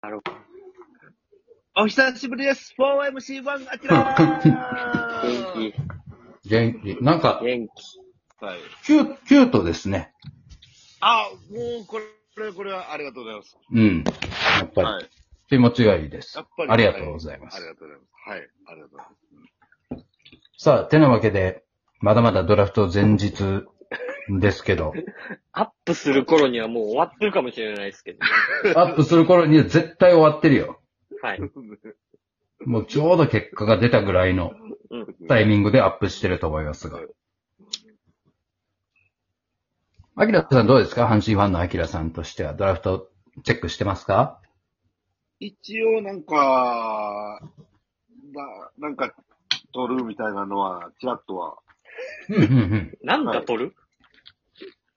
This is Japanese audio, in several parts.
なるほど。お久しぶりです。4MC1 アキラ ー元元気。なんか気。、元気。はい。キュキュートですね。あ、もうこれ、これ、これはありがとうございます。うん。やっぱり、はい。気持ちがいいですやっぱ。り。ありがとうございまはありす。がとうございます。はい。ありがとうございます。さあ、てなわけで、まだまだドラフト前日です けど、アップする頃にはもう終わってるかもしれないです けど、ね、アップする頃には絶対終わってるよ。はい。もうちょうど結果が出たぐらいのタイミングでアップしてると思いますが。アキラさんどうですか阪神ファンのアキラさんとしてはドラフトチェックしてますか一応なんか、ななんか、取るみたいなのは、ちらっとは。うんうんうん。なんか撮る、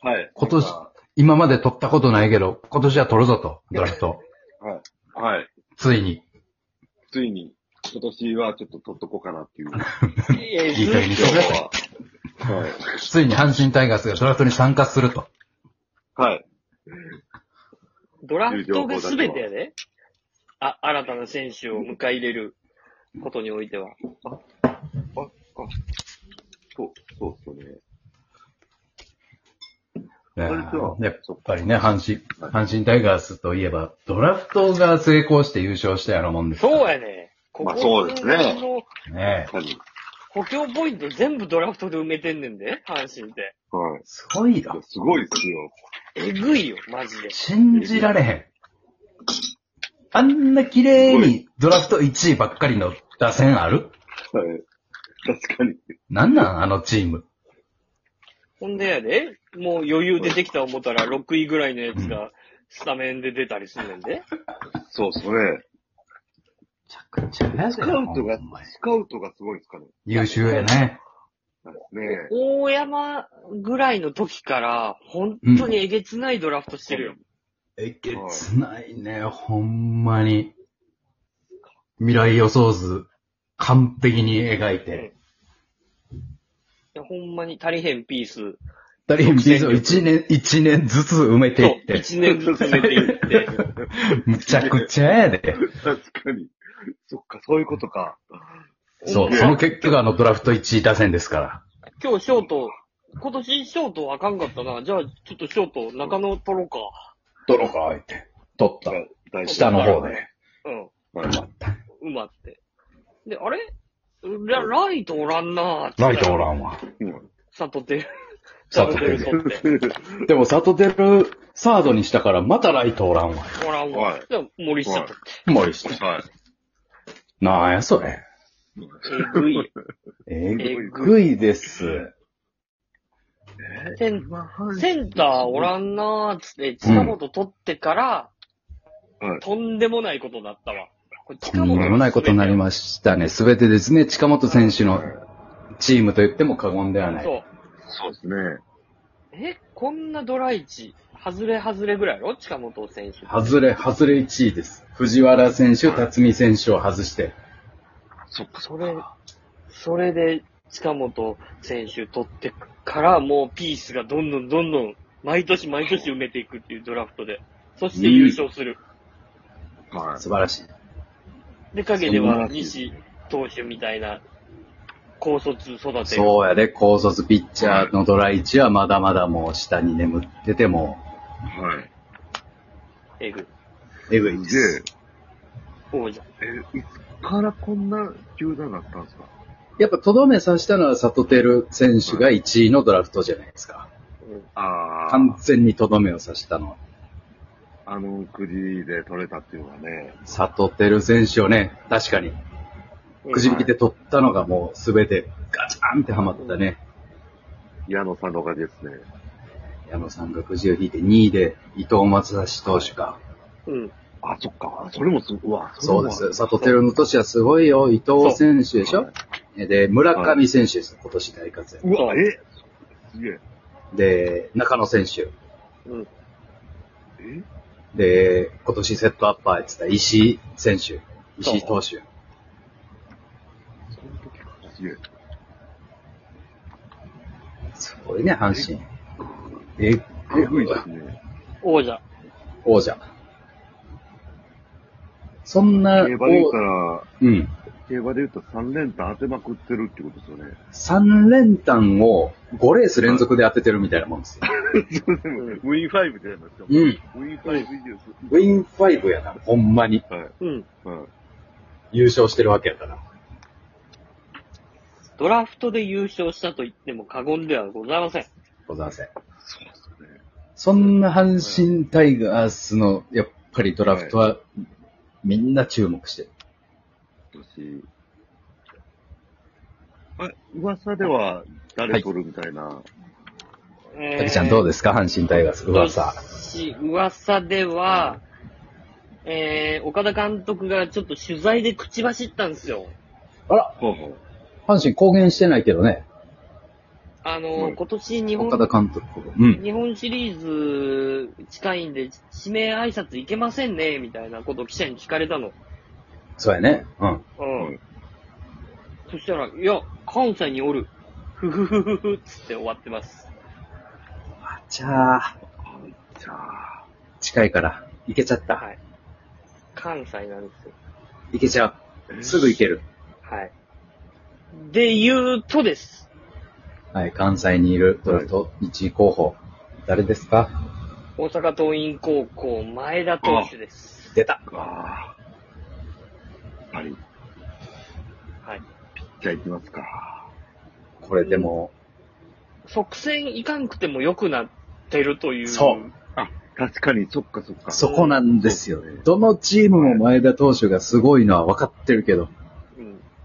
はい。今年なんか今まで取ったことないけど、今年は取るぞと、ドラフ ト。はい。ついに。ついに、今年はちょっと取っとこうかなっていう。 いや、いい加減にしてくださいはい。ついに阪神タイガースがドラフトに参加すると。はい。ドラフトが全てやで。あ、新たな選手を迎え入れることにおいては。そう、そうっすよね。いや本当ーやっぱりね、阪神、阪神タイガースといえば、ドラフトが成功して優勝したようなもんですからそうやね。こまこあそうですね数年のねえ。確かに。補強ポイント全部ドラフトで埋めてんねんで、阪神って。はい。いすごいやよ。すごいっすよ。えぐいよ、マジで。信じられへん。あんな綺麗にドラフト1位ばっかりの打線あるはい。確かに。なんなんあのチーム。ほんでやで、もう余裕出てきた思ったら6位ぐらいのやつがスタメンで出たりすんねんで。そうっすね。スカウトが、スカウトがすごいっすかね。優秀やね。なんですね。大山ぐらいの時から、本当にえげつないドラフトしてるよ。えげつないね、ほんまに。未来予想図、完璧に描いて。いやほんまに足りへんピース。二人ビズを一年、一年ずつ埋めてそういっ、て。一年ずつめていって。むちゃくちゃやで。確かに。そっか、そういうことか。そう、その結果があのドラフト1位打線ですから。今日ショート、今年ショートあかんかったな。じゃあ、ちょっとショート、中野取ろうか。泥が開いて、取っだ大事下の方で。はい。うん、うまって。で、あれラライトおらんなーってライトおらんわ。うん悟てる。悟てる悟取って。でも、サトテル、サードにしたから、またライトおらんわ。おらんはわい。じゃあ、森下取って。森下。はい。なんや、それ。えぐい。ええぐいです。センセンターおらんなーっつって、近本取ってから、うんとんでもないことになったわ。これとんでもないことになりす。ましたね。すべてですね、近本選手のチームと言っても過言ではない。そう。そうですね。え、こんなドライチ、外れ外れぐらいやろ近本選手。外れ、外れ1位です。藤原選手、辰巳選手を外して。そっか、そそれ、それで近本選手取ってから、もうピースがどんどんどんどん、毎年毎年埋めていくっていうドラフトで。そして優勝する。は素晴らしい。で、陰で素晴はらしい西投手みたいな、高卒育て。そうやで、高卒ピッチャーのドラ1はまだまだもう下に眠ってても、い。はい。えぐい。えぐいですげえす。王者。え、いつからこんな球団だったんですかやっぱとどめさしたのはサトテル選手が1位のドラフトじゃないですか。ああ、完全にとどめをさしたのは。あのくじで取れたっていうのはね。サトテル選手をね、確かに、くじ引きで取ったのがもうすべてガチャンってハマったね。矢野さんのおかげですね。矢野さんがくじを引いて2位で伊藤松橋投手か。うん。あ、そっか。それもすごい。うわ、そうでれす。佐藤輝の年はすごいよ。伊藤選手でしょはで、村上選手です。今年大活躍。も。うわ、えすげえ。で、中野選手。うん。えで、今年セットアッパーやってた石井選手。石井投手。その時からすげえ。すごいね、阪神。え、えぐいですね。王者。王者。そんな、競馬で言ったら、うん。競馬で言ったら3連単当てまくってるってことですよね。 3連単を5レース連続で当ててるみたいなもんですよ。そうでも、ウィン5じゃないですか。うん。ウィン5以上すウィン5やな、ほんまに。はい。うん。はい。優勝してるわけやから。ドラフトで優勝したと言っても過言ではございません。ございません。そうですね。そんな阪神タイガースの、やっぱりドラフトは、みんな注目してる。私、あ、噂では誰取るみたいな。えたけちゃんどうでですか阪神タイガース、噂。し噂では、えー、岡田監督がちょっと取材で口走ったんですよ。あら、ほうほう。阪神公言してないけどね。あの、うん今年日岡本田、監督。うん。日本シリーズ近いんで、指名挨拶いけませんね、みたいなことを記者に聞かれたの。そうやね。うん。うん。うんそしたら、いや、関西におる。ふふふふふ、つって終わってます。あちゃー。じゃあ、近いから。行けちゃった。はい。関西なんですよ。行けちゃう。すぐ行ける。はい。で言うとです。はい、関西にいるドラフト1位候補。誰ですか大阪桐蔭高校、前田投手です。出た。ああ。やっぱり、はい。じゃあ行きますか。これでも、即戦いかんくても良くなってるという。そう。あ、確かに、そっかそっか。そこなんですよね。どのチームも前田投手がすごいのは分かってるけど、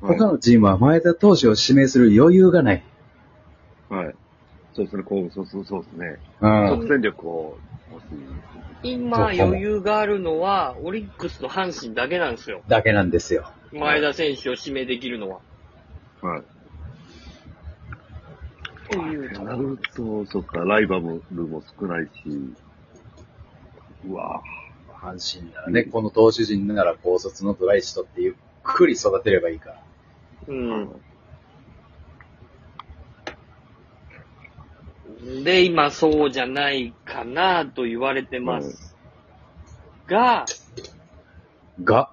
うん。はい他のチームは前田投手を指名する余裕がない。はい。そうですね、こう、そうそうそうですね。う即ん。戦力を欲しい。今余裕があるのは、オリックスと阪神だけなんですよ。だけなんですよ。前田選手を指名できるのは。はい。っていうととこなると、そっか、ライバルも少ないし、うわ阪神ならね、この投手陣なら高卒のドライシトってゆっくり育てればいいから。うぁ。ん。で、今そうじゃないかなと言われてます。が、が、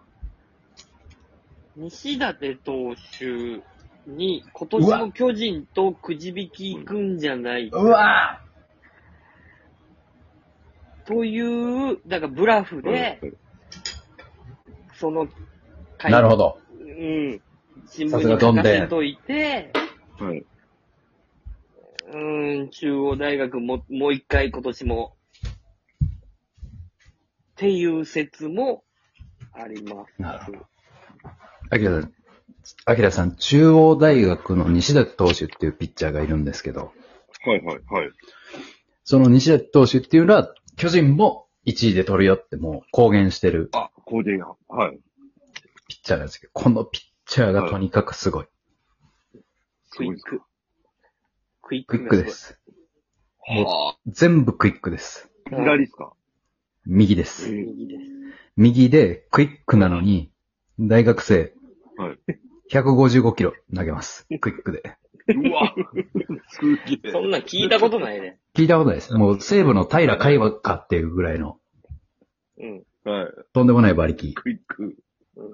西舘投手に今年の巨人とくじ引き行くんじゃないうわという、だからブラフで、そのぁなるほど。ど。うん。新さす聞がにど書んでんかせといて、はい。うん、中央大学も、もう一回今年も、っていう説もあります。なるほど。アキラさん、アキラさん、中央大学の西舘投手っていうピッチャーがいるんですけど、はいはいはい。その西舘投手っていうのは、巨人も1位で取るよってもう公言してるあ、これでや。はい。ピッチャーなんですけど、このピッチャーがとにかくすごい。クイック。クイッククイッがクすごいです。は全部クイックです。ぁ。左ですか右でえす。え右です。右でクイックなのに、大学生、はい。 155キロ投げます。クイックで。う わすげえそ。んなん聞いたことな いね。聞いたことないです。もう西部の平海馬かっていうぐらいの、うん。はい。とんでもない馬力。クイック。うん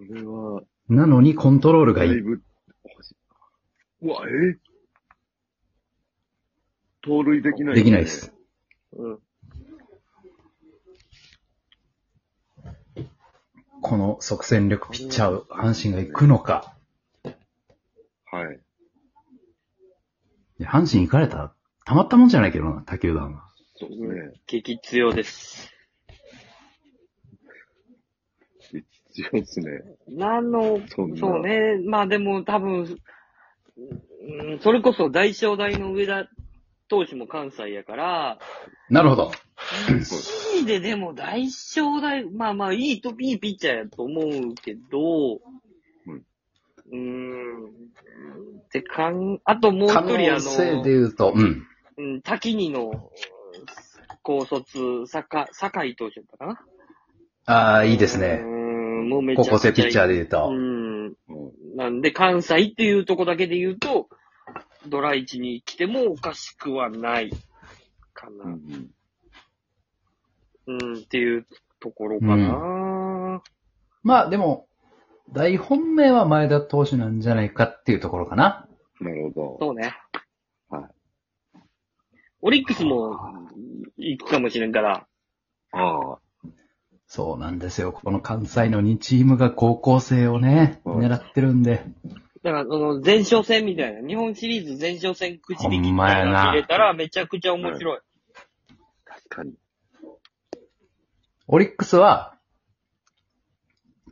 これは、なのにコントロールだがいいい。ぶ、欲しい。うわ、えぇ盗塁できない、できないで。す。うん。この即戦力ピッチャーを阪神が行くのか。はい。いや阪神行かれたら、たまったもんじゃないけどな、他球団は。そうですね。激強です。一応ですね。なの、そそんうなね。まあでも多分、うん、それこそ大正大の上田投手も関西やから、なるほど。 1位ででも大正大、まあまあいいと、いいピッチャーやと思うけど、うんうーん。ってかん、あともう一可人あ能性ので、言うと、うん。うん、滝にのうん高卒、坂、坂井投手だったかなああ、いいですうね。ん、もうめち高ゃくちゃ。校生ピッチャーで言ううと。ん。うんなんで、関西っていうとこだけで言うと、ドラ1に来てもおかしくはないかうな。んうん、っていうところかな、まあでも、大本命は前田投手なんじゃないかっていうところかな。なるほそうね。はい。オリックスも行くかもしれんから、ど。ああ。そうなんですよ。この関西の2チームが高校生をね、うん狙ってるんで。だから、その、前哨戦みたいな、日本シリーズ前哨戦口引きほんみまたいやなのな入れたら、めちゃくちゃ面白い。確かに。オリックスは、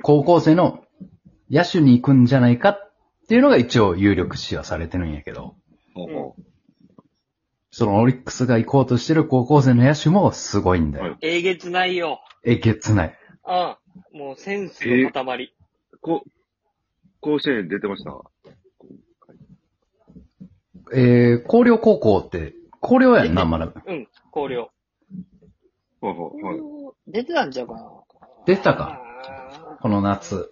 高校生の野手に行くんじゃないかっていうのが一応有力視はされてるんやけど、ほうほそのオリックスが行こうとしてる高校生の野手もすごいんだはいよ。えげつないよ。えげつない。ああ、もうセンスの塊。うこ、甲子園出てました。えー、広陵高校って、広陵やんな、まだ。うん、高陵。ほうほう、はい。出てたんちゃうかな出てたかこの夏。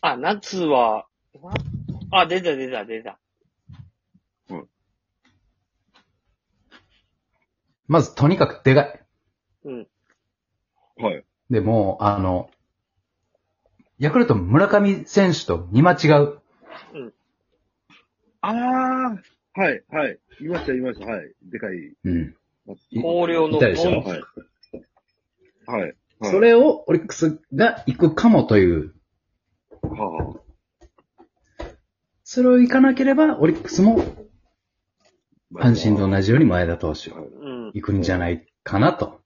あーあ、夏は、あ、出た出た出た。まずとにかくでかい。うん。はい。で、もう、あの、ヤクルト村上選手と見間違う。ああ、はい、はい。いました、いました、はい。でかい。うん。い高陵のいたでしょゴンはい。はい。はい、それをオリックスが行くかもという。はそれを行かなければ、オリックスもあ、阪神と同じように前田投手はいうん。行くんじゃないかなと。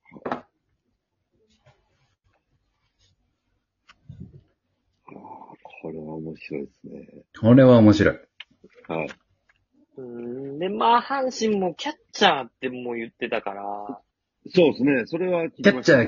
これは面白いですね。これは面白い。はい。うんで、まあ、阪神もキャッチャーってもう言ってたから、そうですね。それは聞キきャッましチたャー